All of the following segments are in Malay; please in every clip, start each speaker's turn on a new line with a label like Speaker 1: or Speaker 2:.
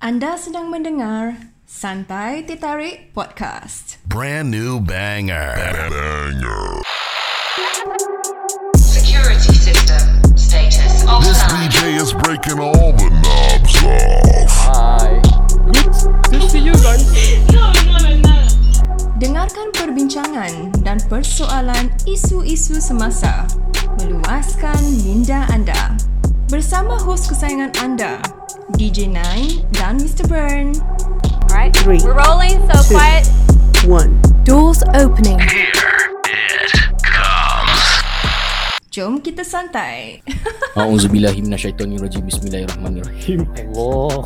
Speaker 1: Anda sedang mendengar Santai Tertarik Podcast.
Speaker 2: Brand new banger. Banger.
Speaker 3: Security system status
Speaker 2: This
Speaker 3: offline.
Speaker 2: DJ is breaking all the knobs off.
Speaker 1: Dengarkan perbincangan dan persoalan isu-isu semasa. Meluaskan minda anda. Bersama hos kesayangan anda, DJ Nine dan Mr. Burn.
Speaker 4: right?
Speaker 5: Three.
Speaker 4: We're rolling, so quiet.
Speaker 5: One.
Speaker 1: Doors opening. Here it comes. Jom kita santai.
Speaker 6: A'udzubillahi minasyaitonirrajim. Bismillahirrahmanirrahim. Allah.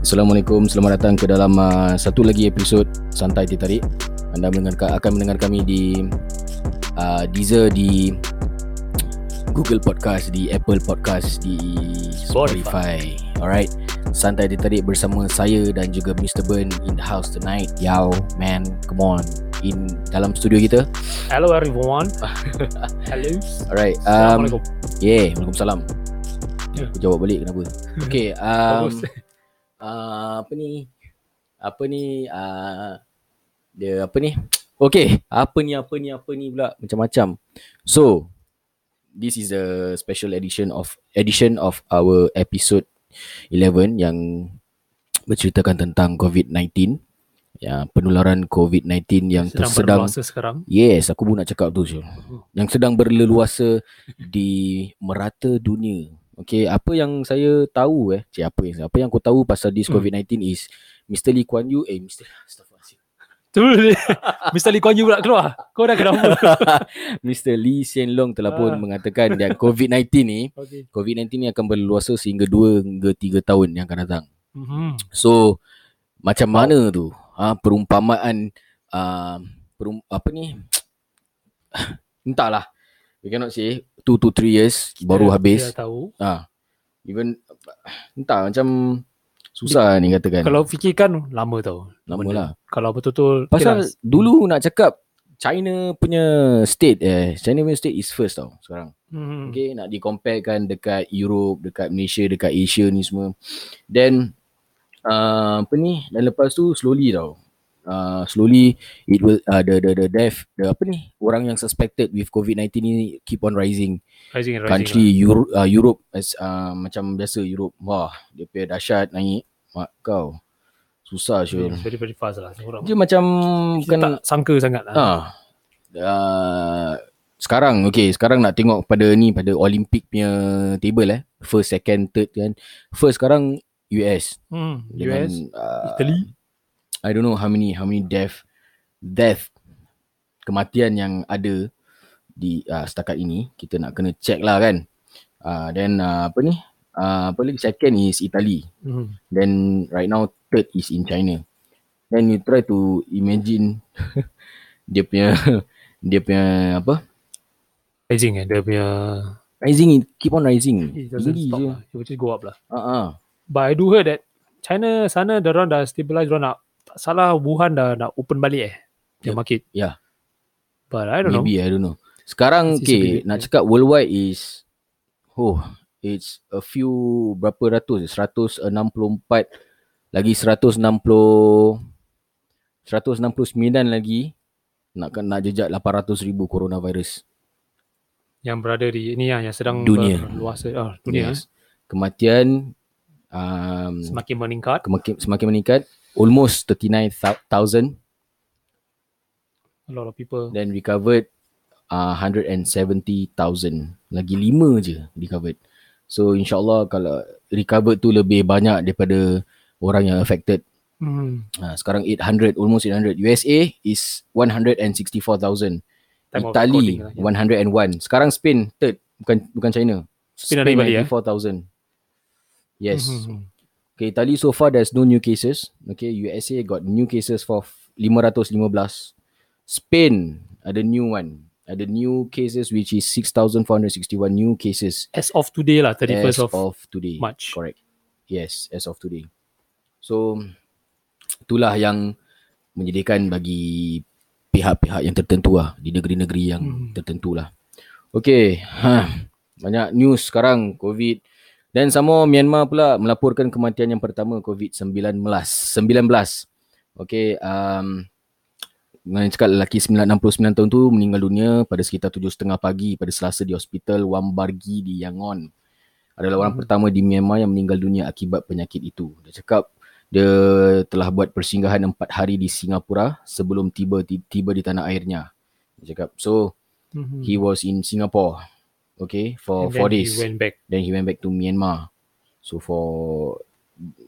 Speaker 6: Assalamualaikum. Selamat datang ke dalam uh, satu lagi episod Santai Tertarik. Anda mendengar akan mendengar kami di uh, Deezer di Google Podcast, di Apple Podcast, di Spotify. Alright. Santai Tertarik bersama saya dan juga Mr. Burn in the house tonight. Yo, man, come on. In dalam studio kita.
Speaker 7: Hello everyone. Hello.
Speaker 6: Alright. Um,
Speaker 7: Assalamualaikum.
Speaker 6: Yeah, Waalaikumsalam.
Speaker 7: Ya.
Speaker 6: Aku jawab balik kenapa. Okay, um,
Speaker 7: Bagus.
Speaker 6: uh, apa ni? Apa ni? Uh, dia apa ni? Okay, apa ni, apa ni, apa ni pula? Macam-macam. So, this is a special edition of edition of our episode 11 yang berceritakan tentang COVID-19. Ya, penularan COVID-19 yang
Speaker 7: Sedang
Speaker 6: tersedang
Speaker 7: berpuasa sekarang.
Speaker 6: Yes, aku pun nak cakap tu Syul. Yang sedang berleluasa di merata dunia. Okay, apa yang saya tahu eh, cik, apa yang apa yang aku tahu pasal this
Speaker 7: Hmm.
Speaker 6: COVID-19 is Mr. Lee Kuan Yew eh Mr. Astaghfirullahalazim.
Speaker 7: Tu Mr. Lee Kuan Yew pula keluar. Kau dah kenapa?
Speaker 6: Mr. Lee Hsien Loong telah pun
Speaker 7: Ah.
Speaker 6: mengatakan yang COVID-19 ni,
Speaker 7: okay.
Speaker 6: COVID-19 ni akan berleluasa sehingga 2 hingga 3 tahun yang akan datang.
Speaker 7: Mhm.
Speaker 6: So macam mana tu? Ha, perumpamaan uh, perum, apa ni? Entahlah. We cannot say 2 to 3 years baru
Speaker 7: Kita- ya,
Speaker 6: habis.
Speaker 7: Kita tahu.
Speaker 6: Ha. Even entah macam susah ni katakan.
Speaker 7: Kalau fikirkan lama tau.
Speaker 6: Lama
Speaker 7: benda.
Speaker 6: lah.
Speaker 7: Kalau betul-betul
Speaker 6: Pasal
Speaker 7: okay lah.
Speaker 6: dulu nak cakap China punya state eh China punya state is first tau sekarang.
Speaker 7: Mhm.
Speaker 6: Okay, nak dicomparekan dekat Europe, dekat Malaysia, dekat Asia ni semua. Then uh, apa ni? Dan lepas tu slowly tau. Uh, slowly it will uh, the the the death the apa ni orang yang suspected with COVID-19 ni keep on rising.
Speaker 7: Rising and rising
Speaker 6: Country
Speaker 7: lah.
Speaker 6: Euro, uh, Europe as, uh, macam biasa Europe. Wah, dia punya dahsyat naik. Mak kau. Susah Syul.
Speaker 7: Very very fast lah. Orang
Speaker 6: Dia macam
Speaker 7: Kita tak
Speaker 6: bukan
Speaker 7: sangka sangat lah.
Speaker 6: Ah. Uh, sekarang okay, sekarang nak tengok pada ni pada Olympic punya table eh. First, second, third kan. First sekarang US
Speaker 7: Hmm.
Speaker 6: dengan
Speaker 7: US,
Speaker 6: uh,
Speaker 7: Italy.
Speaker 6: I don't know how many how many death death kematian yang ada di uh, setakat ini kita nak kena check lah kan. Uh, then uh, apa ni? Uh, apa lagi second is Italy.
Speaker 7: Mhm.
Speaker 6: Then right now third is in China. Then you try to imagine dia punya dia punya apa?
Speaker 7: Rising eh. Dia punya
Speaker 6: Rising it keep on rising.
Speaker 7: it doesn't
Speaker 6: Tinggi
Speaker 7: stop
Speaker 6: je.
Speaker 7: lah. It will just go up lah.
Speaker 6: Ha ah.
Speaker 7: But I do heard that China sana diorang dah stabilize diorang nak tak salah Wuhan dah nak open balik eh their
Speaker 6: Yep.
Speaker 7: market.
Speaker 6: Yeah.
Speaker 7: But I don't know.
Speaker 6: Ya. Maybe I don't know. Sekarang
Speaker 7: It's
Speaker 6: okay,
Speaker 7: disability.
Speaker 6: nak cakap worldwide is oh, it's a few berapa ratus? 164 lagi 160 169 lagi nak nak jejak 800 ribu coronavirus.
Speaker 7: Yang berada di ini lah, yang, yang sedang
Speaker 6: Dunia.
Speaker 7: luas ah, dunia yes.
Speaker 6: Yes. Kematian um,
Speaker 7: eh. semakin meningkat.
Speaker 6: kemakin, semakin meningkat almost 39,000
Speaker 7: A lot of people.
Speaker 6: then recovered uh, 170,000 lagi 5 je recovered so insyaallah kalau recovered tu lebih banyak daripada orang yang affected
Speaker 7: Hmm.
Speaker 6: uh, sekarang 800 almost 800 USA is 164,000
Speaker 7: Time of recording
Speaker 6: Italy
Speaker 7: lah, yeah.
Speaker 6: 101 sekarang Spain third bukan bukan China
Speaker 7: Spain ada balik, eh?
Speaker 6: 94,000 yes
Speaker 7: Mhm.
Speaker 6: Okay, Italy so far there's no new cases. Okay, USA got new cases for f- 515. Spain ada new one. Ada new cases which is 6,461 new cases
Speaker 7: As of today lah 31st
Speaker 6: as
Speaker 7: of,
Speaker 6: of, today.
Speaker 7: March.
Speaker 6: Correct. Yes, as of today. So, itulah yang menjadikan bagi pihak-pihak yang tertentu lah. Di negeri-negeri yang
Speaker 7: Hmm.
Speaker 6: tertentu lah. Okay. Ha. Banyak news sekarang. COVID. Dan sama Myanmar pula melaporkan kematian yang pertama COVID-19. 19. Okey, um, Mengenai cakap lelaki 969 tahun tu meninggal dunia pada sekitar 7.30 pagi pada Selasa di Hospital Wambargi di Yangon.
Speaker 7: Hmm.
Speaker 6: Adalah orang pertama di Myanmar yang meninggal dunia akibat penyakit itu. Dia cakap dia telah buat persinggahan 4 hari di Singapura sebelum tiba tiba di tanah airnya. Dia cakap so
Speaker 7: Mhm.
Speaker 6: he was in Singapore okay for
Speaker 7: And
Speaker 6: four
Speaker 7: then he
Speaker 6: days
Speaker 7: went back.
Speaker 6: then he went back to Myanmar so for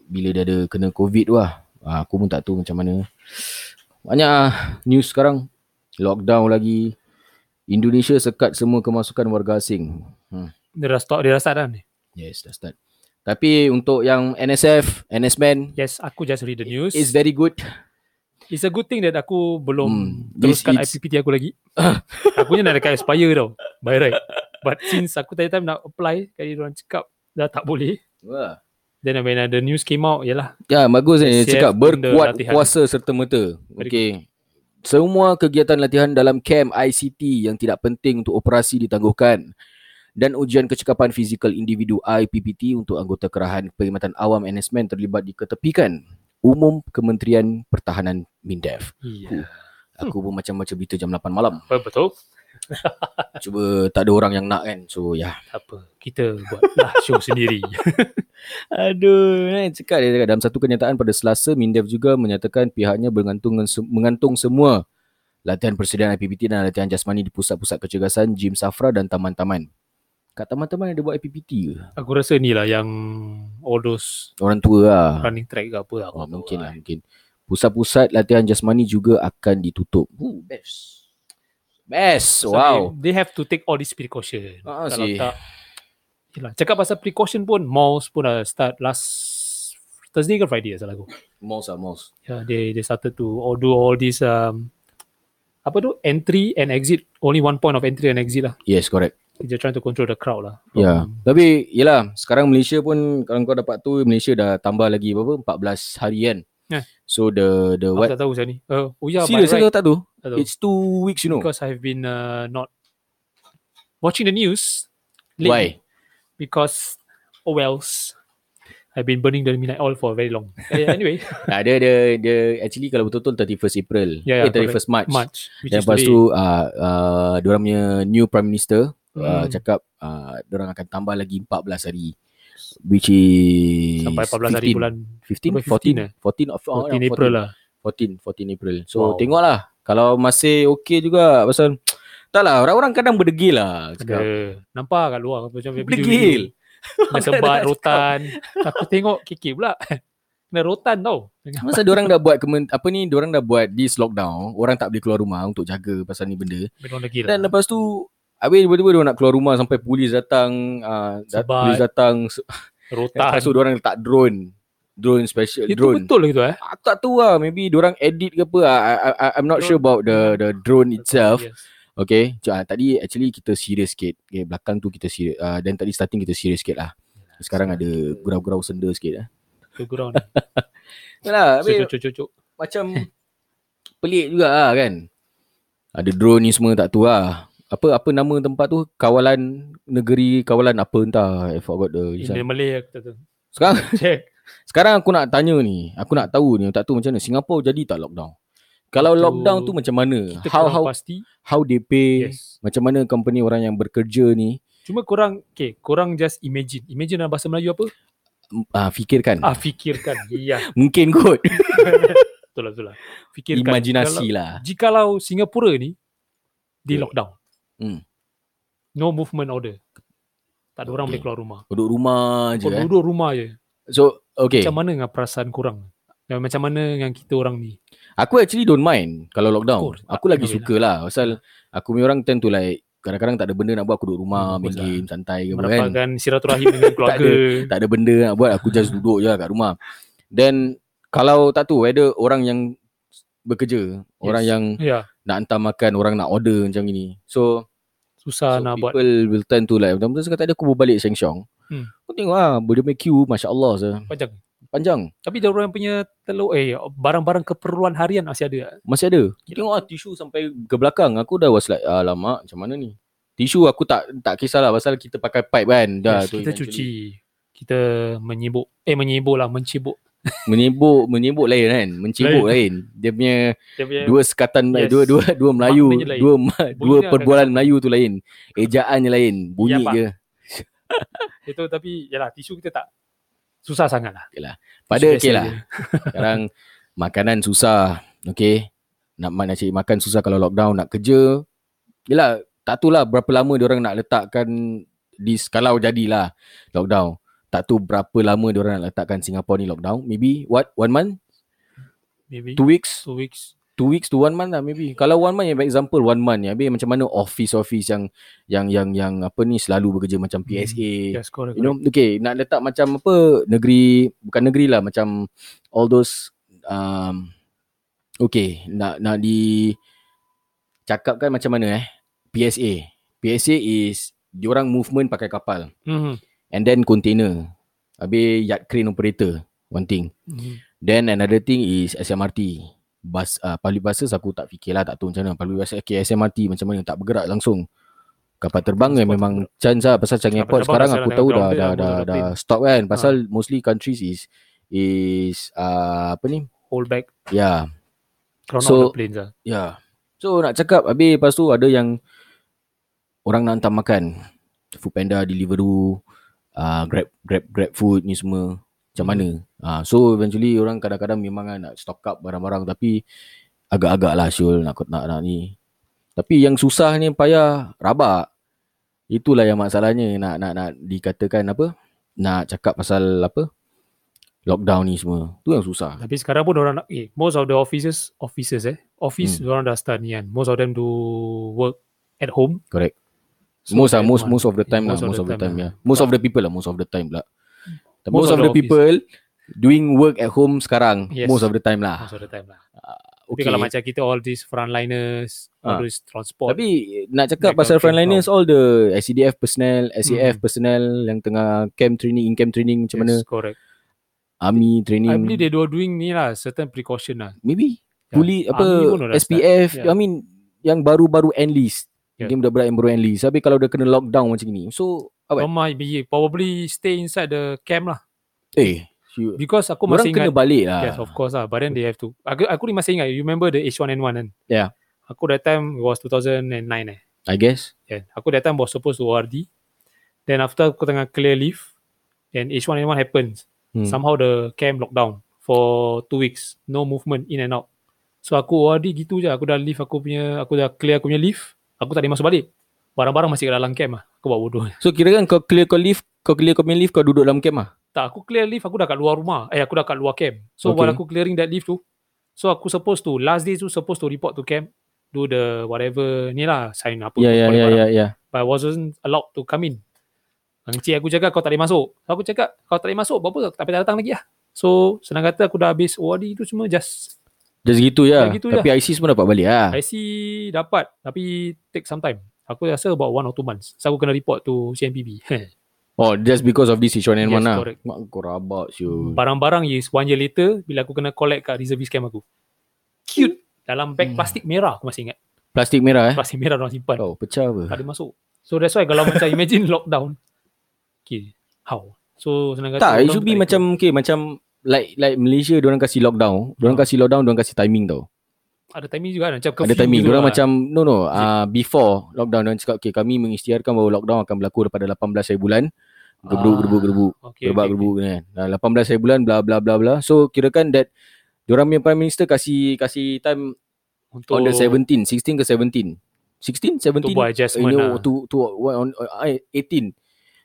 Speaker 6: bila dia ada kena covid tu lah ah, aku pun tak tahu macam mana banyak ah news sekarang lockdown lagi Indonesia sekat semua kemasukan warga asing hmm.
Speaker 7: Dia dah stop, dia dah start dah ni.
Speaker 6: yes dah start tapi untuk yang NSF NSman
Speaker 7: Yes, aku just read the news.
Speaker 6: is very good
Speaker 7: It's a good thing that aku belum
Speaker 6: Hmm, it's-
Speaker 7: teruskan
Speaker 6: it's-
Speaker 7: IPPT aku lagi. aku ni nak dekat expire tau. By right. But since aku tadi time nak apply, kali orang cakap dah tak boleh.
Speaker 6: Wah.
Speaker 7: Then when the news came out, yalah.
Speaker 6: Ya, bagus
Speaker 7: SCF
Speaker 6: ni. Dia cakap
Speaker 7: benda
Speaker 6: berkuat
Speaker 7: latihan.
Speaker 6: kuasa serta merta.
Speaker 7: Very
Speaker 6: Okey. Semua kegiatan latihan dalam camp ICT yang tidak penting untuk operasi ditangguhkan dan ujian kecekapan fizikal individu IPPT untuk anggota kerahan perkhidmatan awam NSMN terlibat diketepikan umum Kementerian Pertahanan MINDEF.
Speaker 7: Yeah.
Speaker 6: Aku
Speaker 7: Hmm.
Speaker 6: pun macam baca berita jam 8 malam.
Speaker 7: Betul.
Speaker 6: Cuba tak ada orang yang nak kan. So ya.
Speaker 7: Tak apa. Kita buatlah show sendiri.
Speaker 6: Aduh, eh, cakap dia cakap dalam satu kenyataan pada Selasa, Mindef juga menyatakan pihaknya bergantung mengantung semua latihan persediaan IPPT dan latihan jasmani di pusat-pusat kecergasan, gym safra dan taman-taman. Kat taman-taman ada buat IPPT ke?
Speaker 7: Aku rasa ni lah yang all those
Speaker 6: Orang tua lah.
Speaker 7: running track ke apa lah.
Speaker 6: Oh, mungkin lah, mungkin. Pusat-pusat latihan jasmani juga akan ditutup. Ooh, best. Best,
Speaker 7: So
Speaker 6: wow.
Speaker 7: They, they have to take all this precaution.
Speaker 6: Ah,
Speaker 7: Kalau
Speaker 6: sih.
Speaker 7: tak, yelah. Cakap pasal precaution pun, malls pun dah start last Thursday ke Friday salah aku.
Speaker 6: Malls lah, malls.
Speaker 7: Yeah, Ya, they they started to all do all this um, apa tu entry and exit only one point of entry and exit lah.
Speaker 6: Yes, correct.
Speaker 7: They're trying to control the crowd lah.
Speaker 6: Ya, yeah. tapi yelah sekarang Malaysia pun kalau kau dapat tu Malaysia dah tambah lagi berapa 14 hari kan.
Speaker 7: Eh.
Speaker 6: So the the
Speaker 7: Aku
Speaker 6: what?
Speaker 7: tak tahu saya ni. Uh, oh yeah,
Speaker 6: Serius
Speaker 7: by
Speaker 6: ke
Speaker 7: right.
Speaker 6: tak tu?
Speaker 7: Tak tahu.
Speaker 6: It's two weeks you know.
Speaker 7: Because I've been uh, not watching the news.
Speaker 6: Why?
Speaker 7: lately. Because oh wells, I've been burning the midnight oil for very long. Eh, anyway,
Speaker 6: Nah, Ah, dia dia dia actually kalau betul-betul 31st April.
Speaker 7: Ya, ya,
Speaker 6: eh 31st March.
Speaker 7: March, which is
Speaker 6: Dan lepas
Speaker 7: today.
Speaker 6: tu uh, uh, diorang punya new prime minister uh,
Speaker 7: Hmm.
Speaker 6: cakap uh, diorang akan tambah lagi 14 hari which is
Speaker 7: sampai 14 hari bulan sampai
Speaker 6: 15
Speaker 7: 15,
Speaker 6: 14 14 of oh, ya,
Speaker 7: 14 April lah.
Speaker 6: 14 14 April. So wow.
Speaker 7: Wow.
Speaker 6: tengoklah kalau masih okey juga pasal taklah orang-orang kadang berdegil lah cakap.
Speaker 7: Ada. Nampak kat luar macam
Speaker 6: Berdegil.
Speaker 7: Dah sebat rotan. Aku tengok kiki pula. Kena rotan tau. Dengan-
Speaker 6: Masa orang dah buat kemen, apa ni orang dah buat this lockdown, orang tak boleh keluar rumah untuk jaga pasal ni benda.
Speaker 7: Minum lagi lah.
Speaker 6: Dan lepas tu habis tiba-tiba diorang nak keluar rumah sampai polis datang uh, dat-
Speaker 7: Sebat.
Speaker 6: polis datang se-
Speaker 7: Rotan.
Speaker 6: lepas tu orang letak drone drone special
Speaker 7: Itu
Speaker 6: drone
Speaker 7: betul gitu eh.
Speaker 6: aku tak tahu lah maybe orang edit ke apa I, I, I, I'm not sure about the the drone itself
Speaker 7: Yes.
Speaker 6: Okay, so, uh, tadi actually kita serious sikit. Okay, belakang tu kita serious. Uh, dan tadi starting kita serious sikit lah. Sekarang ada gurau-gurau senda sikit lah.
Speaker 7: Tu gurau ni.
Speaker 6: Yalah, habis
Speaker 7: Cucuk cucuk.
Speaker 6: macam pelik juga lah kan. Ada drone ni semua tak tahu lah. Apa apa nama tempat tu? Kawalan negeri, kawalan apa entah. I forgot the
Speaker 7: Ini
Speaker 6: design.
Speaker 7: Malay aku tak tahu.
Speaker 6: Sekarang
Speaker 7: Check.
Speaker 6: sekarang aku nak tanya ni. Aku nak tahu ni. Tak tahu macam mana. Singapura jadi tak lockdown? Kalau
Speaker 7: Itu
Speaker 6: lockdown tu macam mana?
Speaker 7: Kita
Speaker 6: How
Speaker 7: kurang
Speaker 6: how
Speaker 7: pasti.
Speaker 6: how they pay?
Speaker 7: Yes.
Speaker 6: Macam mana company orang yang bekerja ni
Speaker 7: Cuma korang, okay, korang just imagine. Imagine dalam bahasa Melayu apa?
Speaker 6: uh, fikirkan.
Speaker 7: Ah, fikirkan. Iya,
Speaker 6: Mungkin kot.
Speaker 7: betul lah, betul lah. Fikirkan.
Speaker 6: Imajinasi
Speaker 7: Kalau,
Speaker 6: lah.
Speaker 7: jikalau Singapura ni, di
Speaker 6: Yeah.
Speaker 7: lockdown.
Speaker 6: Hmm.
Speaker 7: No movement order. Tak ada orang
Speaker 6: Okay.
Speaker 7: boleh keluar rumah.
Speaker 6: Duduk rumah je
Speaker 7: Kau
Speaker 6: eh.
Speaker 7: duduk rumah je.
Speaker 6: So, okay.
Speaker 7: Macam mana dengan perasaan korang? Dan macam mana dengan kita orang ni?
Speaker 6: Aku actually don't mind kalau lockdown.
Speaker 7: Of course.
Speaker 6: Aku lagi
Speaker 7: Alhamdulillah.
Speaker 6: suka lah. Pasal aku punya orang tend to like, kadang-kadang tak ada benda nak buat, aku duduk rumah,
Speaker 7: Hmm,
Speaker 6: main
Speaker 7: bagus lah.
Speaker 6: game, santai ke apa kan.
Speaker 7: Merapalkan silaturahim dengan keluarga.
Speaker 6: Tak ada benda nak buat, aku just duduk je lah kat rumah. Then, kalau tak tu, whether orang yang bekerja, orang yang
Speaker 7: Ya,
Speaker 6: nak hantar makan, orang nak order macam gini. So,
Speaker 7: susah Ah,
Speaker 6: so
Speaker 7: nak buat.
Speaker 6: people will tend to like, betul-betul sekarang tadi aku berbalik Sheng Siong.
Speaker 7: Hmm.
Speaker 6: Aku tengok lah, dia punya queue, Masya Allah. sah.
Speaker 7: Panjang.
Speaker 6: Panjang.
Speaker 7: Tapi dia orang punya telur, eh, barang-barang keperluan harian masih ada.
Speaker 6: Masih ada.
Speaker 7: Gila.
Speaker 6: Tengok lah tisu sampai ke belakang. Aku dah was like, alamak macam mana ni? Tisu aku tak tak kisahlah pasal kita pakai pipe kan. Dah
Speaker 7: yes, kita cuci. kita menyibuk eh menyibuk lah mencibuk
Speaker 6: Menyibuk Menyibuk lain kan Mencibuk lain, Dia punya
Speaker 7: dia punya lah,
Speaker 6: Dua sekatan yes.
Speaker 7: Yes.
Speaker 6: Dua dua dua Melayu
Speaker 7: Maknanya lain.
Speaker 6: Dua ma-
Speaker 7: Bunyi
Speaker 6: dua
Speaker 7: dia
Speaker 6: perbualan Melayu tu lain Ejaannya lain
Speaker 7: Ya,
Speaker 6: Bunyi
Speaker 7: Pak.
Speaker 6: je
Speaker 7: itu tapi yalah tisu kita tak susah sangat lah
Speaker 6: Pada
Speaker 7: Tisu biasa
Speaker 6: okay lah
Speaker 7: je.
Speaker 6: Sekarang makanan susah. Okay. Nak, ma- nak cari makan susah kalau lockdown. Nak kerja. Yelah, tak tahulah berapa lama diorang nak letakkan di kalau jadilah lockdown. Tak tahu berapa lama diorang nak letakkan Singapore ni lockdown. Maybe what? One month?
Speaker 7: maybe two,
Speaker 6: Two weeks?
Speaker 7: two weeks
Speaker 6: Two weeks to one month lah maybe. Kalau one month, for example one month. Ya, habis macam mana office-office yang yang yang yang apa ni selalu bekerja macam PSA.
Speaker 7: yes correct,
Speaker 6: Eh, You know, okay, nak letak macam apa negeri bukan negeri lah macam all those um, okay nak nak di cakapkan macam mana eh PSA. PSA is diorang movement pakai kapal
Speaker 7: mm-hmm.
Speaker 6: and then container. Habis yacht crane operator one thing.
Speaker 7: Mhm.
Speaker 6: Then another thing is SMRT. Bus, uh, public buses aku tak fikirlah tak tahu macam mana. Public buses okay, SMRT macam mana tak bergerak langsung. Kapal terbang kan
Speaker 7: Transport
Speaker 6: memang chance lah pasal
Speaker 7: Kapal
Speaker 6: Changi Airport
Speaker 7: terbang
Speaker 6: sekarang
Speaker 7: dah
Speaker 6: aku
Speaker 7: sekarang
Speaker 6: tahu
Speaker 7: dah
Speaker 6: dah
Speaker 7: grounded
Speaker 6: dah
Speaker 7: lah,
Speaker 6: dah,
Speaker 7: mula
Speaker 6: dah
Speaker 7: plane.
Speaker 6: stop kan pasal mostly countries is is uh, apa ni?
Speaker 7: hold back
Speaker 6: Ya. Yeah.
Speaker 7: crown so,
Speaker 6: So-
Speaker 7: the planes lah
Speaker 6: Ya. So nak cakap habis lepas tu ada yang orang nak hantar makan. Foodpanda, Deliveroo, uh, Grab Grab Grab Food ni semua macam mana. Uh, so eventually orang kadang-kadang memang kan nak stock up barang-barang tapi agak-agak lah Syul nak nak, nak ni. Tapi yang susah ni payah rabak. Itulah yang masalahnya nak nak nak dikatakan apa? Nak cakap pasal apa? Lockdown ni semua. Tu yang susah.
Speaker 7: tapi sekarang pun orang nak eh most of the offices offices eh office
Speaker 6: Hmm.
Speaker 7: mm. orang dah start ni kan most of them do work at home
Speaker 6: Correct. most ah
Speaker 7: at
Speaker 6: most
Speaker 7: one.
Speaker 6: most of the time lah
Speaker 7: Yeah,
Speaker 6: most of the time
Speaker 7: lah.
Speaker 6: yeah most of the people lah most of the time lah most,
Speaker 7: Most
Speaker 6: of
Speaker 7: of the
Speaker 6: the
Speaker 7: office.
Speaker 6: people doing work at home sekarang
Speaker 7: Yes.
Speaker 6: most of the time lah
Speaker 7: most of the time lah Tapi
Speaker 6: okay
Speaker 7: kalau macam kita all these frontliners,
Speaker 6: Ah.
Speaker 7: all these transport.
Speaker 6: tapi nak cakap
Speaker 7: Back out
Speaker 6: pasal
Speaker 7: camp Hmm.
Speaker 6: frontliners all the SCDF personnel SAF personnel yang tengah camp training in camp training macam mana
Speaker 7: Yes, correct.
Speaker 6: army training
Speaker 7: I believe they were doing ni lah, certain precaution lah.
Speaker 6: maybe
Speaker 7: Yeah.
Speaker 6: puli apa
Speaker 7: Army pun Ya. dah
Speaker 6: SPF
Speaker 7: start. Yeah.
Speaker 6: I mean yang baru-baru enlist
Speaker 7: Yeah.
Speaker 6: mungkin budak-budak yang baru enlist tapi kalau dia kena lockdown macam ni so
Speaker 7: Right.
Speaker 6: apa
Speaker 7: Might be, probably stay inside the camp lah.
Speaker 6: eh you-
Speaker 7: Because aku
Speaker 6: orang
Speaker 7: masih
Speaker 6: kena
Speaker 7: ingat.
Speaker 6: balik lah
Speaker 7: Yes, of course lah. But then they have to. Aku, aku ni masih ingat, you remember the H1N1 kan?
Speaker 6: Yeah.
Speaker 7: Aku that time was 2009 eh.
Speaker 6: I guess
Speaker 7: Yeah. Aku that time was supposed to ORD. Then after aku tengah clear leave, then H1N1 happens.
Speaker 6: Hmm.
Speaker 7: Somehow the camp lockdown for two weeks. No movement in and out. So aku ORD gitu je. Aku dah leave aku punya, aku dah clear aku punya leave. Aku tak ada masuk balik. Barang-barang masih kat dalam camp lah. Aku buat bodoh.
Speaker 6: So kira kan kau clear kau leave, kau clear kau punya leave, kau duduk dalam camp lah.
Speaker 7: Tak, aku clear leave, aku dah kat luar rumah. Eh, aku dah kat luar camp. So
Speaker 6: Okay.
Speaker 7: okay. while aku clearing that leave tu, so aku supposed to, last day tu supposed to report to camp. Do the whatever ni lah, sign apa.
Speaker 6: Ya ya
Speaker 7: recording
Speaker 6: ya
Speaker 7: barang.
Speaker 6: ya ya.
Speaker 7: but I wasn't allowed to come in. Encik aku cakap kau tak boleh masuk. Aku cakap kau tak boleh masuk, buat apa tak payah datang lagi lah. So senang kata aku dah habis ORD tu semua just
Speaker 6: Just gitu ya.
Speaker 7: Just gitu
Speaker 6: Tapi IC semua dapat balik ah.
Speaker 7: IC dapat tapi take some time. Aku rasa about one or two months. So aku kena report to CNPB.
Speaker 6: Oh, just because of this H1N1
Speaker 7: Yes,
Speaker 6: lah.
Speaker 7: correct.
Speaker 6: Mak kau rabak siul.
Speaker 7: Barang-barang is one year later bila aku kena collect kat reservist camp aku. Cute. Dalam bag plastik merah aku masih ingat.
Speaker 6: Plastik merah eh.
Speaker 7: Plastik merah orang simpan.
Speaker 6: Hmm. Oh, pecah apa?
Speaker 7: Tak ada masuk. So that's why kalau macam imagine lockdown. Okay. How? So senang kata.
Speaker 6: Tak,
Speaker 7: lockdown
Speaker 6: it
Speaker 7: tak
Speaker 6: should be
Speaker 7: ikut.
Speaker 6: macam okay, macam like like Malaysia dia orang kasi lockdown, dia orang
Speaker 7: Ah.
Speaker 6: kasi lockdown, dia orang kasi timing tau.
Speaker 7: ada timing juga kan? macam
Speaker 6: Ada
Speaker 7: curfew
Speaker 6: timing.
Speaker 7: gitu
Speaker 6: Dia orang
Speaker 7: lah.
Speaker 6: macam no no, uh, before lockdown dia orang cakap okay, kami mengisytiharkan bahawa lockdown akan berlaku daripada 18 hari bulan. Gerbuk
Speaker 7: Ah.
Speaker 6: gerbuk gerbuk.
Speaker 7: okay,
Speaker 6: Gerbak
Speaker 7: okay,
Speaker 6: gerbuk ni kan. Dah 18 hari bulan bla bla bla bla. So kirakan that Diorang punya Prime Minister kasih kasih time
Speaker 7: okay. untuk
Speaker 6: on the 17, 16 ke 17. 16, 17.
Speaker 7: untuk buat
Speaker 6: Uh, you
Speaker 7: adjustment
Speaker 6: know,
Speaker 7: lah.
Speaker 6: to, to, on, on, eh, 18.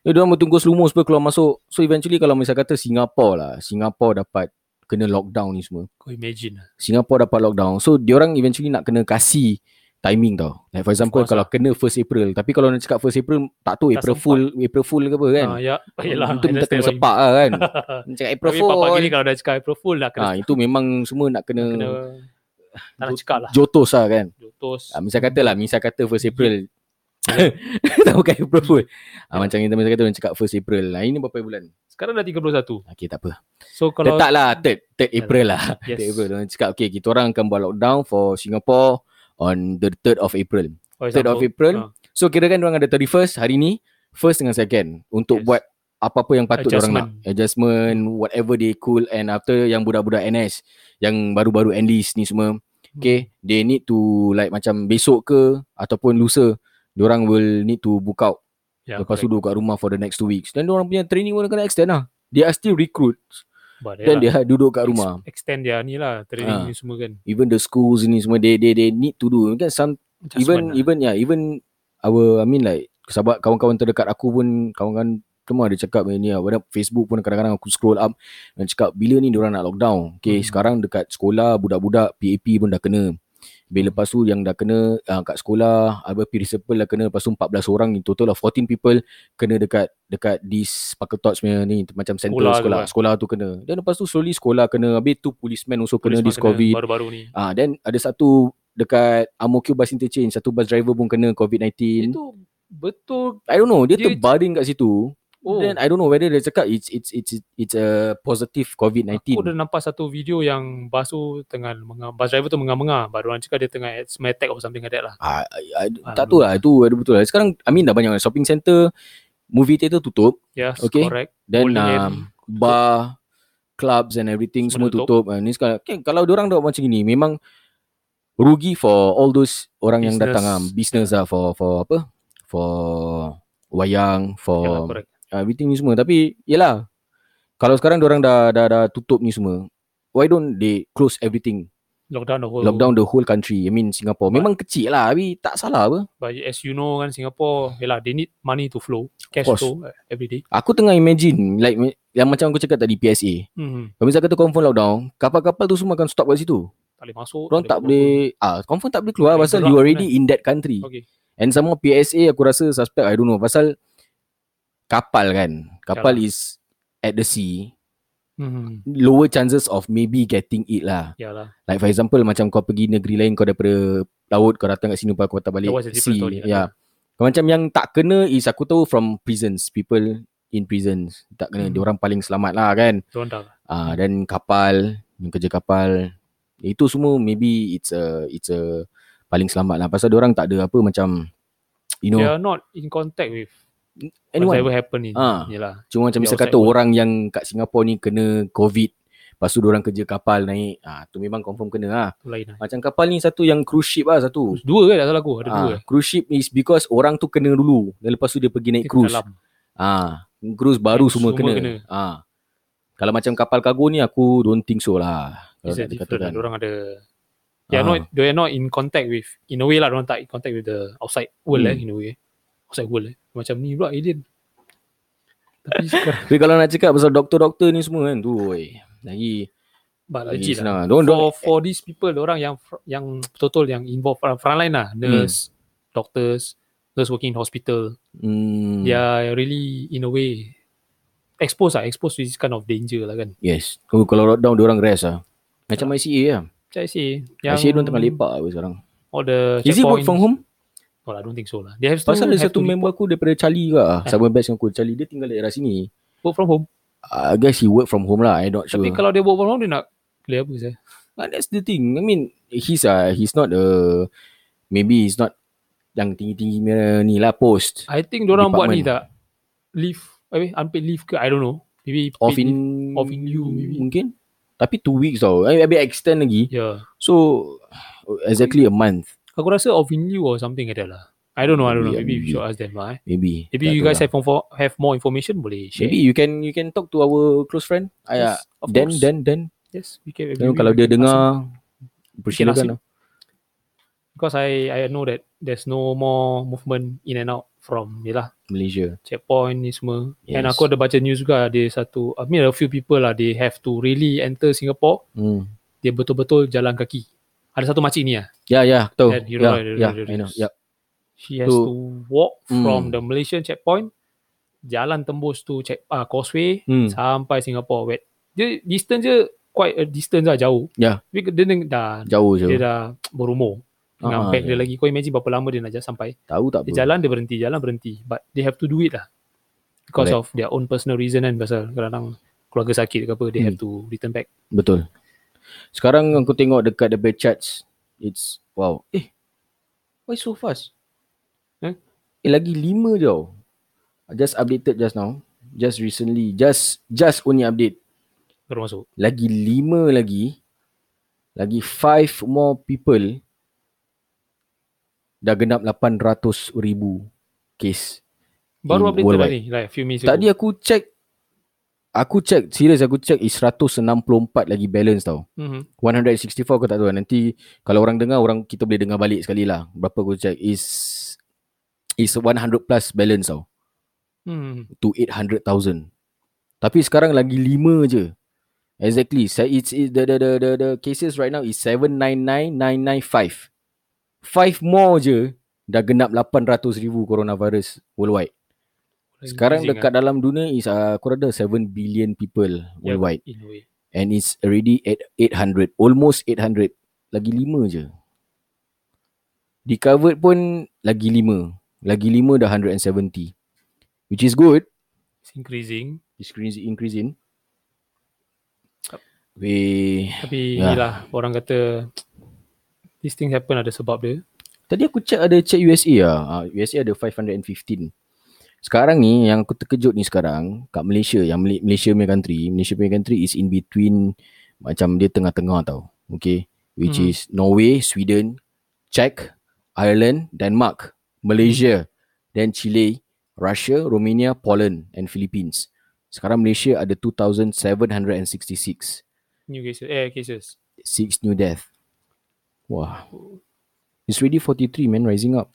Speaker 6: Dia diorang bertunggu selumur sebelum keluar masuk. So eventually kalau misal kata Singapore lah, Singapore dapat kena lockdown ni semua.
Speaker 7: Kau imagine lah.
Speaker 6: Singapore dapat lockdown. So diorang eventually nak kena kasih timing tau. Like for example
Speaker 7: course lah.
Speaker 6: kalau kena 1st April, tapi kalau nak cakap 1st April tak tahu
Speaker 7: Tak
Speaker 6: April
Speaker 7: sempat.
Speaker 6: Fool, April Fool ke apa kan.
Speaker 7: Ah, ya, yelah.
Speaker 6: itu minta kena sepak lah kan. Nak cakap April
Speaker 7: Tapi
Speaker 6: Fool.
Speaker 7: papa gini kalau dah cakap April Fool dah kena,
Speaker 6: Ah itu memang semua nak kena,
Speaker 7: kena tak nak cakap lah.
Speaker 6: jotos lah kan.
Speaker 7: Jotos.
Speaker 6: Ah, misal kata lah, misal kata 1st April. tak bukan April Fool. Ah, macam kita misal kata orang cakap 1st April. Lah. Ini berapa bulan? Ah,
Speaker 7: Sekarang dah 31.
Speaker 6: Okey tak apa.
Speaker 7: So kalau
Speaker 6: Kalau Letaklah 3rd 3rd April lah.
Speaker 7: yes.
Speaker 6: 3rd April. Orang cakap okay, kita orang akan buat lockdown for Singapore on the 3rd of April.
Speaker 7: for
Speaker 6: 3rd of
Speaker 7: example,
Speaker 6: April.
Speaker 7: ah,
Speaker 6: So kira kan orang ada 31st hari ni, first dengan second untuk
Speaker 7: Yes.
Speaker 6: buat apa-apa yang patut orang nak adjustment whatever they cool and after yang budak-budak NS yang baru-baru enlist ni semua okay they need to like macam besok ke ataupun lusa orang will need to book out
Speaker 7: yeah,
Speaker 6: yeah, lepas tu duduk kat rumah for the next two weeks dan orang punya training pun kena extend lah they are still recruit
Speaker 7: But,
Speaker 6: yeah. then
Speaker 7: yeah,
Speaker 6: dia duduk kat rumah
Speaker 7: lah. extend dia ni lah training
Speaker 6: Ah.
Speaker 7: ni semua kan
Speaker 6: even the schools ni semua they they they need to do kan some
Speaker 7: Adjustment
Speaker 6: even
Speaker 7: lah.
Speaker 6: even yeah even our I mean like sahabat kawan-kawan terdekat aku pun kawan-kawan semua ada cakap macam ni lah. Padahal Facebook pun kadang-kadang aku scroll up dan cakap bila ni diorang nak lockdown. Okay,
Speaker 7: Hmm.
Speaker 6: hmm. sekarang dekat sekolah budak-budak PAP pun dah kena.
Speaker 7: Hmm.
Speaker 6: Bila lepas tu yang dah kena uh, kat sekolah, apa principal dah kena, lepas tu 14 orang in total lah 14 people kena dekat dekat this Paketots punya ni macam center
Speaker 7: Sekolah
Speaker 6: sekolah
Speaker 7: tu
Speaker 6: sekolah.
Speaker 7: kan.
Speaker 6: Sekolah tu kena. Dan lepas tu slowly sekolah kena, habis tu policeman also kena
Speaker 7: Polis
Speaker 6: this
Speaker 7: pun kena
Speaker 6: COVID.
Speaker 7: baru-baru ni
Speaker 6: Ah, then ada satu dekat Amokyo bus interchange, satu bus driver pun kena COVID-19.
Speaker 7: itu betul
Speaker 6: I don't know, dia,
Speaker 7: Dia-
Speaker 6: terbaring kat situ.
Speaker 7: oh
Speaker 6: Oh. Then I don't know whether dia cakap it's it's it's it's a positive
Speaker 7: Aku dah
Speaker 6: COVID-19.
Speaker 7: nampak satu video yang bas tu tengah menga- bus driver tu mengah-mengah baru orang cakap dia tengah asthma attack or something like that lah.
Speaker 6: Ah, I, I, tak tahu lah, itu ada betul lah. Sekarang I mean dah banyak lah. shopping center, movie theater tutup,
Speaker 7: Yes,
Speaker 6: Okay.
Speaker 7: correct.
Speaker 6: then
Speaker 7: Bowling alley
Speaker 6: um, bar, clubs and everything semua
Speaker 7: Semua
Speaker 6: tutup. Ah, ni sekarang okay, kalau orang dah macam ni memang rugi for all those orang yang
Speaker 7: Business.
Speaker 6: datang ah, business lah for for apa? For wayang,
Speaker 7: Yalah,
Speaker 6: for
Speaker 7: correct.
Speaker 6: uh, everything ni semua tapi yalah kalau sekarang orang dah dah dah tutup ni semua why don't they close everything
Speaker 7: Lockdown the whole
Speaker 6: lockdown the whole country i mean singapore memang kecil lah tapi tak salah apa
Speaker 7: But as you know kan Singapore, yalah they need money to flow, cash
Speaker 6: course.
Speaker 7: flow uh, every day.
Speaker 6: aku tengah imagine like me- yang macam aku cakap tadi PSA
Speaker 7: Hmm.
Speaker 6: kalau misalkan tu confirm lockdown kapal-kapal tu semua akan stop kat situ
Speaker 7: Tak boleh masuk.
Speaker 6: orang tak boleh ah confirm tak boleh
Speaker 7: Tak
Speaker 6: keluar
Speaker 7: boleh
Speaker 6: pasal
Speaker 7: keluar,
Speaker 6: you already in that country
Speaker 7: Okay.
Speaker 6: and some more PSA aku rasa suspect I don't know pasal kapal kan kapal
Speaker 7: Yalah.
Speaker 6: is at the sea
Speaker 7: Hmm.
Speaker 6: lower chances of maybe getting it lah
Speaker 7: Yalah.
Speaker 6: Like for example macam kau pergi negeri lain kau daripada laut kau datang kat sini lepas kau patah balik
Speaker 7: That was a different
Speaker 6: sea.
Speaker 7: story lah.
Speaker 6: Yeah. Kau macam yang tak kena is aku tahu from prisons people in prisons tak kena
Speaker 7: Hmm.
Speaker 6: hmm. orang paling selamat lah kan.
Speaker 7: Don't dah.
Speaker 6: Ah dan kapal yang kerja kapal itu semua maybe it's a it's a paling selamat lah pasal orang tak ada apa macam you know
Speaker 7: They are
Speaker 6: yeah.
Speaker 7: not in contact with
Speaker 6: anyone
Speaker 7: whatever happen ni.
Speaker 6: Ah.
Speaker 7: Yalah.
Speaker 6: Cuma macam
Speaker 7: Dia
Speaker 6: misal
Speaker 7: outside
Speaker 6: kata
Speaker 7: world.
Speaker 6: orang yang kat Singapore ni kena COVID Lepas tu orang kerja kapal naik ah tu memang confirm kena lah
Speaker 7: Tu lain lah.
Speaker 6: Macam kapal ni satu yang cruise ship lah satu
Speaker 7: Dua ke tak salah aku? Ada dua. eh.
Speaker 6: Ah, cruise ship is because orang tu kena dulu dan lepas tu dia pergi naik
Speaker 7: Kita
Speaker 6: cruise.
Speaker 7: dalam.
Speaker 6: Ah, cruise baru
Speaker 7: Yang
Speaker 6: semua,
Speaker 7: semua
Speaker 6: kena.
Speaker 7: kena.
Speaker 6: Ah. Kalau macam kapal kargo ni aku don't think so lah.
Speaker 7: Is
Speaker 6: Kalau nak
Speaker 7: that different lah.
Speaker 6: dikatakan.
Speaker 7: Orang ada They are
Speaker 6: Ah.
Speaker 7: not they are not in contact with in a way lah orang tak in contact with the outside world lah
Speaker 6: Hmm.
Speaker 7: in a way. Outside world lah. Macam ni pula alien. Tapi sekarang
Speaker 6: Tapi kalau nak cakap pasal doktor-doktor ni semua kan tu oi. Lagi
Speaker 7: but
Speaker 6: lagi
Speaker 7: legit lah.
Speaker 6: senang. Don't
Speaker 7: For
Speaker 6: don't
Speaker 7: for these people orang yang fr- yang betul-betul yang involved uh, frontline lah nurse, doctors, nurse working in hospital.
Speaker 6: hmm,
Speaker 7: They are really in a way exposed lah, exposed to this kind of danger lah kan.
Speaker 6: Yes. Kalau kalau lockdown dia orang rest ah. Macam ICA lah.
Speaker 7: Macam I say,
Speaker 6: Yang...
Speaker 7: yang
Speaker 6: ICA dia tengah lepak apa sekarang.
Speaker 7: all the
Speaker 6: Is it work
Speaker 7: checkpoints-
Speaker 6: from home?
Speaker 7: No, lah, I don't think so lah. They have to,
Speaker 6: Pasal ada
Speaker 7: have to
Speaker 6: satu
Speaker 7: Eh.
Speaker 6: member aku daripada Charlie ke ah. Sama batch dengan aku Charlie dia tinggal daerah sini.
Speaker 7: work from home.
Speaker 6: I guess he work from home lah. I not sure.
Speaker 7: Tapi kalau dia work from home dia nak clear apa saya?
Speaker 6: But that's the thing. I mean, he's uh, he's not a maybe he's not yang tinggi-tinggi punya ni lah post.
Speaker 7: I think orang buat ni
Speaker 6: Department.
Speaker 7: tak leave, I mean, unpaid leave ke I don't know. Maybe
Speaker 6: Off
Speaker 7: paid leave.
Speaker 6: in
Speaker 7: Off in lieu maybe.
Speaker 6: mungkin. Tapi two weeks tau. I habis extend lagi.
Speaker 7: Yeah.
Speaker 6: So exactly a month
Speaker 7: Aku rasa off in lieu or something ada lah. I don't know, I don't know. Maybe
Speaker 6: Maybe,
Speaker 7: you should ask them lah. Eh.
Speaker 6: maybe.
Speaker 7: Maybe
Speaker 6: Tak
Speaker 7: you
Speaker 6: tahu
Speaker 7: guys
Speaker 6: lah.
Speaker 7: have more, have more information boleh share.
Speaker 6: maybe you can you can talk to our close friend.
Speaker 7: Yes,
Speaker 6: I yes,
Speaker 7: of
Speaker 6: Ah, ya. then,
Speaker 7: course.
Speaker 6: then then
Speaker 7: Yes, we can.
Speaker 6: then
Speaker 7: we-
Speaker 6: kalau
Speaker 7: we
Speaker 6: dia
Speaker 7: can ask them.
Speaker 6: dengar
Speaker 7: ask him.
Speaker 6: persilakan lah.
Speaker 7: Because I I know that there's no more movement in and out from ni lah
Speaker 6: Malaysia.
Speaker 7: checkpoint ni semua. And
Speaker 6: Yes.
Speaker 7: aku ada baca news juga ada satu, I mean a few people lah they have to really enter Singapore.
Speaker 6: Hmm.
Speaker 7: Dia betul-betul jalan kaki. Ada satu makcik ni lah.
Speaker 6: Ya ya aku tahu.
Speaker 7: Then you
Speaker 6: Ya
Speaker 7: know, you know,
Speaker 6: ya
Speaker 7: you know,
Speaker 6: I know.
Speaker 7: you know.
Speaker 6: Ya.
Speaker 7: She has
Speaker 6: So-
Speaker 7: to walk from
Speaker 6: Hmm.
Speaker 7: the Malaysian checkpoint jalan tembus tu check uh, causeway
Speaker 6: Hmm.
Speaker 7: sampai Singapore wet. Dia distance je quite a distance lah jauh.
Speaker 6: Ya.
Speaker 7: Tapi dia deng- dah
Speaker 6: Jauh je.
Speaker 7: dia dah berumur. Dengan
Speaker 6: Ah,
Speaker 7: bag dia
Speaker 6: ya.
Speaker 7: lagi. Kau imagine berapa lama dia nak jalan sampai.
Speaker 6: Tahu tak
Speaker 7: Dia
Speaker 6: apa.
Speaker 7: jalan dia berhenti, jalan berhenti. But they have to do it lah. Because of their own personal reason kan pasal kadang keluarga sakit ke apa they
Speaker 6: Hmm.
Speaker 7: have to return back.
Speaker 6: Betul. Sekarang aku tengok dekat the charts. It's wow. Eh. Why so fast?
Speaker 7: Eh?
Speaker 6: Eh lagi lima je tau. I just updated just now. Just recently, just just only update.
Speaker 7: Baru masuk.
Speaker 6: Lagi lima lagi, lagi five more people dah genap 800 ribu kes.
Speaker 7: Baru
Speaker 6: In
Speaker 7: update tu
Speaker 6: Hmm, worldwide.
Speaker 7: tadi. Like a few minutes
Speaker 6: Tadi
Speaker 7: ago.
Speaker 6: aku check, aku check, serius aku check is 164 lagi balance tau.
Speaker 7: Mhm.
Speaker 6: 164 aku tak tahu lah. nanti kalau orang dengar orang kita boleh dengar balik sekali lah berapa aku check is is 100 plus balance tau
Speaker 7: Hmm.
Speaker 6: to 800,000 tapi sekarang lagi 5 je exactly so it's it, the, the the the the cases right now is 799995 5 more je dah genap 800,000 coronavirus worldwide sekarang
Speaker 7: Amazing
Speaker 6: dekat dalam dunia is uh, aku rasa 7 billion people
Speaker 7: ah. Yeah,
Speaker 6: worldwide
Speaker 7: in a way.
Speaker 6: and it's already at 800 almost 800 lagi 5 je recovered pun lagi 5 lagi 5 dah 170 which is good
Speaker 7: It's increasing.
Speaker 6: it's increasing increasing we
Speaker 7: Tapi yeah.
Speaker 6: Ya.
Speaker 7: yelah orang kata these things happen ada sebab dia.
Speaker 6: tadi aku check ada check USA ah Ah, USA ada 515 sekarang ni yang aku terkejut ni sekarang kat Malaysia yang Mala- Malaysia punya country Malaysia punya country is in between macam dia tengah-tengah tau okay which
Speaker 7: Hmm.
Speaker 6: is Norway Sweden Czech Ireland Denmark Malaysia then Chile Russia Romania Poland and Philippines sekarang Malaysia ada 2766
Speaker 7: New cases eh cases.
Speaker 6: six new death wah it's really 43 man rising up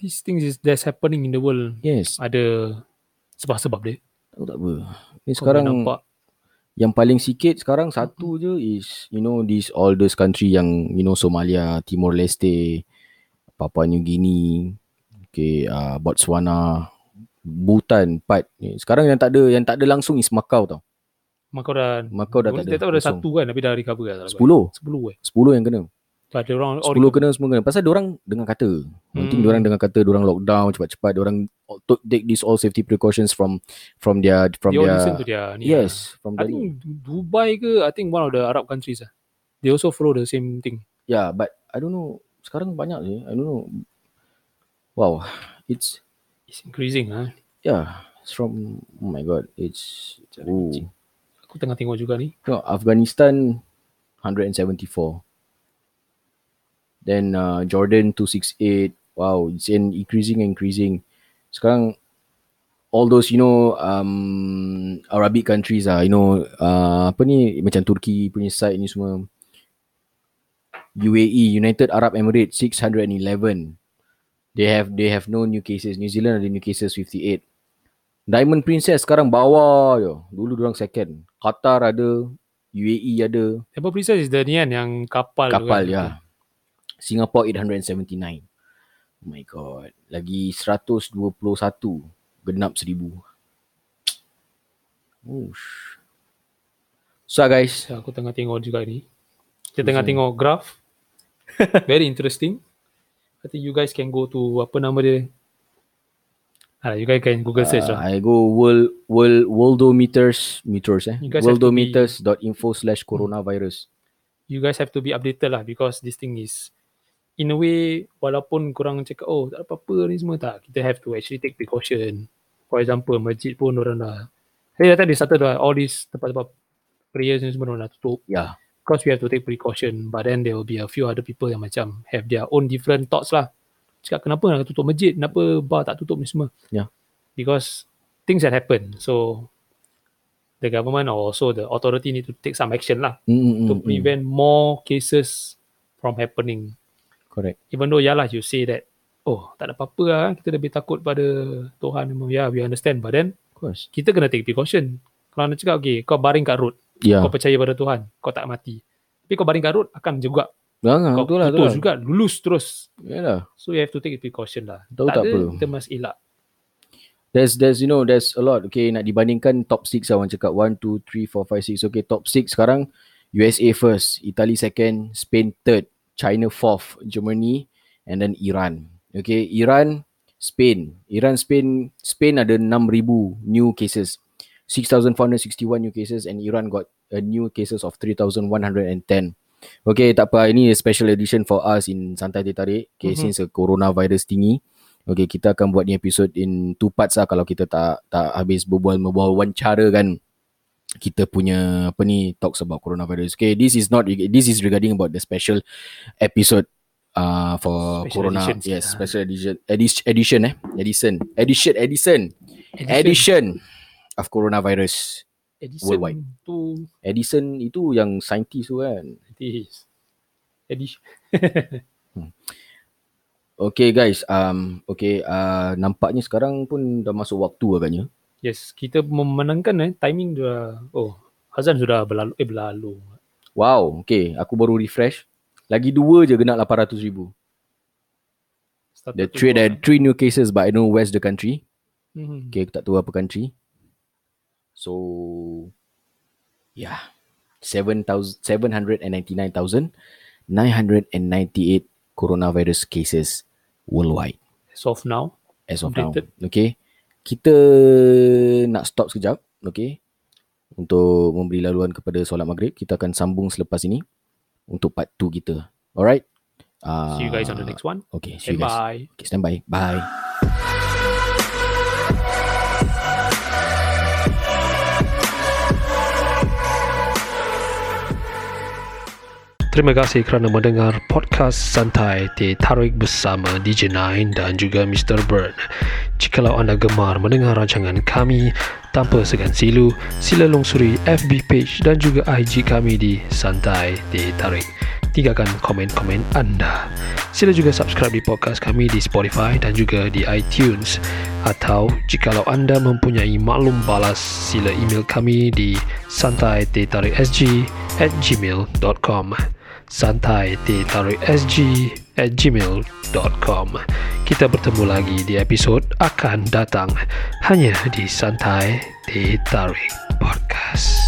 Speaker 7: These things is that's happening in the world.
Speaker 6: yes
Speaker 7: Ada sebab-sebab dia.
Speaker 6: Aku tak apa. Ni
Speaker 7: Kau boleh
Speaker 6: sekarang
Speaker 7: nampak
Speaker 6: yang paling sikit sekarang satu je is you know these all those country yang you know Somalia, Timor Leste, Papua New Guinea, okay, uh, Botswana, Bhutan, Pat. Ni, Sekarang yang tak ada yang tak ada langsung is Macau tau.
Speaker 7: Maka dah
Speaker 6: Macau dah tak ada.
Speaker 7: Dia tahu ada
Speaker 6: langsung.
Speaker 7: satu kan tapi dah recover kan. tak salah.
Speaker 6: 10
Speaker 7: Sepuluh eh.
Speaker 6: 10 yang kena.
Speaker 7: Tak ada orang
Speaker 6: 10 kena semua kena. Pasal orang dengar kata. Mungkin
Speaker 7: Hmm.
Speaker 6: orang dengar kata orang lockdown cepat-cepat, orang take this all safety precautions from from their from
Speaker 7: They all listen to their
Speaker 6: their
Speaker 7: ni. lah.
Speaker 6: Yes, from
Speaker 7: I
Speaker 6: their
Speaker 7: think Dubai ke I think one of the Arab countries lah. They also follow the same thing.
Speaker 6: Yeah, but I don't know. Sekarang banyak je. I don't know. Wow, it's
Speaker 7: It's increasing ah.
Speaker 6: yeah. It's from oh my god, it's oh.
Speaker 7: Aku tengah tengok juga ni.
Speaker 6: No, Afghanistan 174. Then uh, Jordan 268. Wow, it's in increasing and increasing. Sekarang all those you know um Arabic countries ah, you know uh, apa ni macam Turki punya side ni semua. UAE United Arab Emirates 611. They have they have no new cases. New Zealand ada new cases 58. Diamond Princess sekarang bawah je. Dulu orang second. Qatar ada, UAE ada,
Speaker 7: Temple Princess is the ni kan yang kapal tu
Speaker 6: kapal
Speaker 7: kan.
Speaker 6: ya. Singapore 879. Oh my god. Lagi 121 genap 1000. Oosh. So ah, guys,
Speaker 7: So, aku tengah tengok juga ni. Kita tengah tengok graph. Very interesting. I think you guys can go to apa nama dia. Ah, you guys can Google search
Speaker 6: uh,
Speaker 7: lah.
Speaker 6: I go world world worldometers meters eh.
Speaker 7: You guys have to be-
Speaker 6: worldometers.info/coronavirus.
Speaker 7: You guys have to be updated lah because this thing is in a way walaupun korang cakap oh tak ada apa-apa ni semua tak. Kita have to actually take precaution. For example masjid pun orang dah. Saya dah tadi started dah all these tempat-tempat prayers ni semua orang dah tutup.
Speaker 6: Yeah.
Speaker 7: course we have to take precaution but then there will be a few other people yang macam have their own different thoughts lah cakap kenapa nak tutup masjid kenapa bar tak tutup ni semua
Speaker 6: Yeah.
Speaker 7: because things that happen so the government or also the authority need to take some action lah
Speaker 6: Mm, mm, mm,
Speaker 7: to
Speaker 6: mm.
Speaker 7: prevent more cases from happening
Speaker 6: Correct.
Speaker 7: even though yalah you say that oh tak ada apa-apa lah kita lebih takut pada Tuhan memang yeah we understand but then
Speaker 6: Of course.
Speaker 7: kita kena take precaution kalau nak cakap okay kau baring kat road
Speaker 6: Yeah.
Speaker 7: kau percaya pada Tuhan, kau tak mati. Tapi kau baring karut akan juga
Speaker 6: Ah,
Speaker 7: kau
Speaker 6: betul
Speaker 7: putus
Speaker 6: lah, betul lah.
Speaker 7: juga, lulus terus.
Speaker 6: Yalah.
Speaker 7: So you have to take precaution lah.
Speaker 6: Tahu
Speaker 7: ada,
Speaker 6: tak apa.
Speaker 7: kita must elak.
Speaker 6: There's there's you know there's a lot okay nak dibandingkan top 6 lah orang cakap 1 2 3 4 5 6 okay top 6 sekarang USA first, Italy second, Spain third, China fourth, Germany and then Iran. Okay, Iran, Spain. Iran, Spain, Spain ada 6,000 new cases. 6,461 new cases and Iran got a new cases of 3,110. Okay, tak apa. Ini a special edition for us in Santai Teh Tarik. Okay,
Speaker 7: Mhm.
Speaker 6: since a coronavirus thingy. Okay, kita akan buat ni episode in two parts lah kalau kita tak tak habis berbual berwawancara kan kita punya apa ni talks about coronavirus. Okay, this is not this is regarding about the special episode uh, for
Speaker 7: Special
Speaker 6: corona.
Speaker 7: edition. lah.
Speaker 6: Yes, special edition edition edition eh edition edition edition edition of coronavirus.
Speaker 7: Edison
Speaker 6: worldwide.
Speaker 7: tu
Speaker 6: Edison itu yang saintis tu kan.
Speaker 7: it is. Edison.
Speaker 6: Okay guys, um okay uh, nampaknya sekarang pun dah masuk waktu agaknya.
Speaker 7: Yes, kita memenangkan eh timing dah. Oh, azan sudah berlalu eh berlalu.
Speaker 6: Wow, okay aku baru refresh. Lagi dua je genap 800 ribu.
Speaker 7: Start
Speaker 6: There are three, there are three new cases but I know where's the country.
Speaker 7: Mm-hmm.
Speaker 6: Okay, aku tak tahu apa country. So, yeah. 7,000 799,998 coronavirus cases worldwide
Speaker 7: So of now,
Speaker 6: as of
Speaker 7: Updated.
Speaker 6: now. Okay. Kita nak stop sekejap. Okay. Untuk memberi laluan kepada solat maghrib. Kita akan sambung selepas ini untuk part 2 kita. Alright. Uh,
Speaker 7: see you guys on the next one.
Speaker 6: Okay, see
Speaker 7: And
Speaker 6: you guys.
Speaker 7: bye.
Speaker 6: Okay, stand by. Bye.
Speaker 5: Terima kasih kerana mendengar podcast santai di Tarik bersama DJ Nine dan juga Mr. Bird. Jikalau anda gemar mendengar rancangan kami tanpa segan silu, sila lungsuri FB page dan juga IG kami di Santai di Tarik. Tinggalkan komen-komen anda. Sila juga subscribe di podcast kami di Spotify dan juga di iTunes. Atau jikalau anda mempunyai maklum balas, sila email kami di santai.tariksg at gmail.com santai di sg at gmail.com Kita bertemu lagi di episod akan datang hanya di Santai di Tarik Podcast.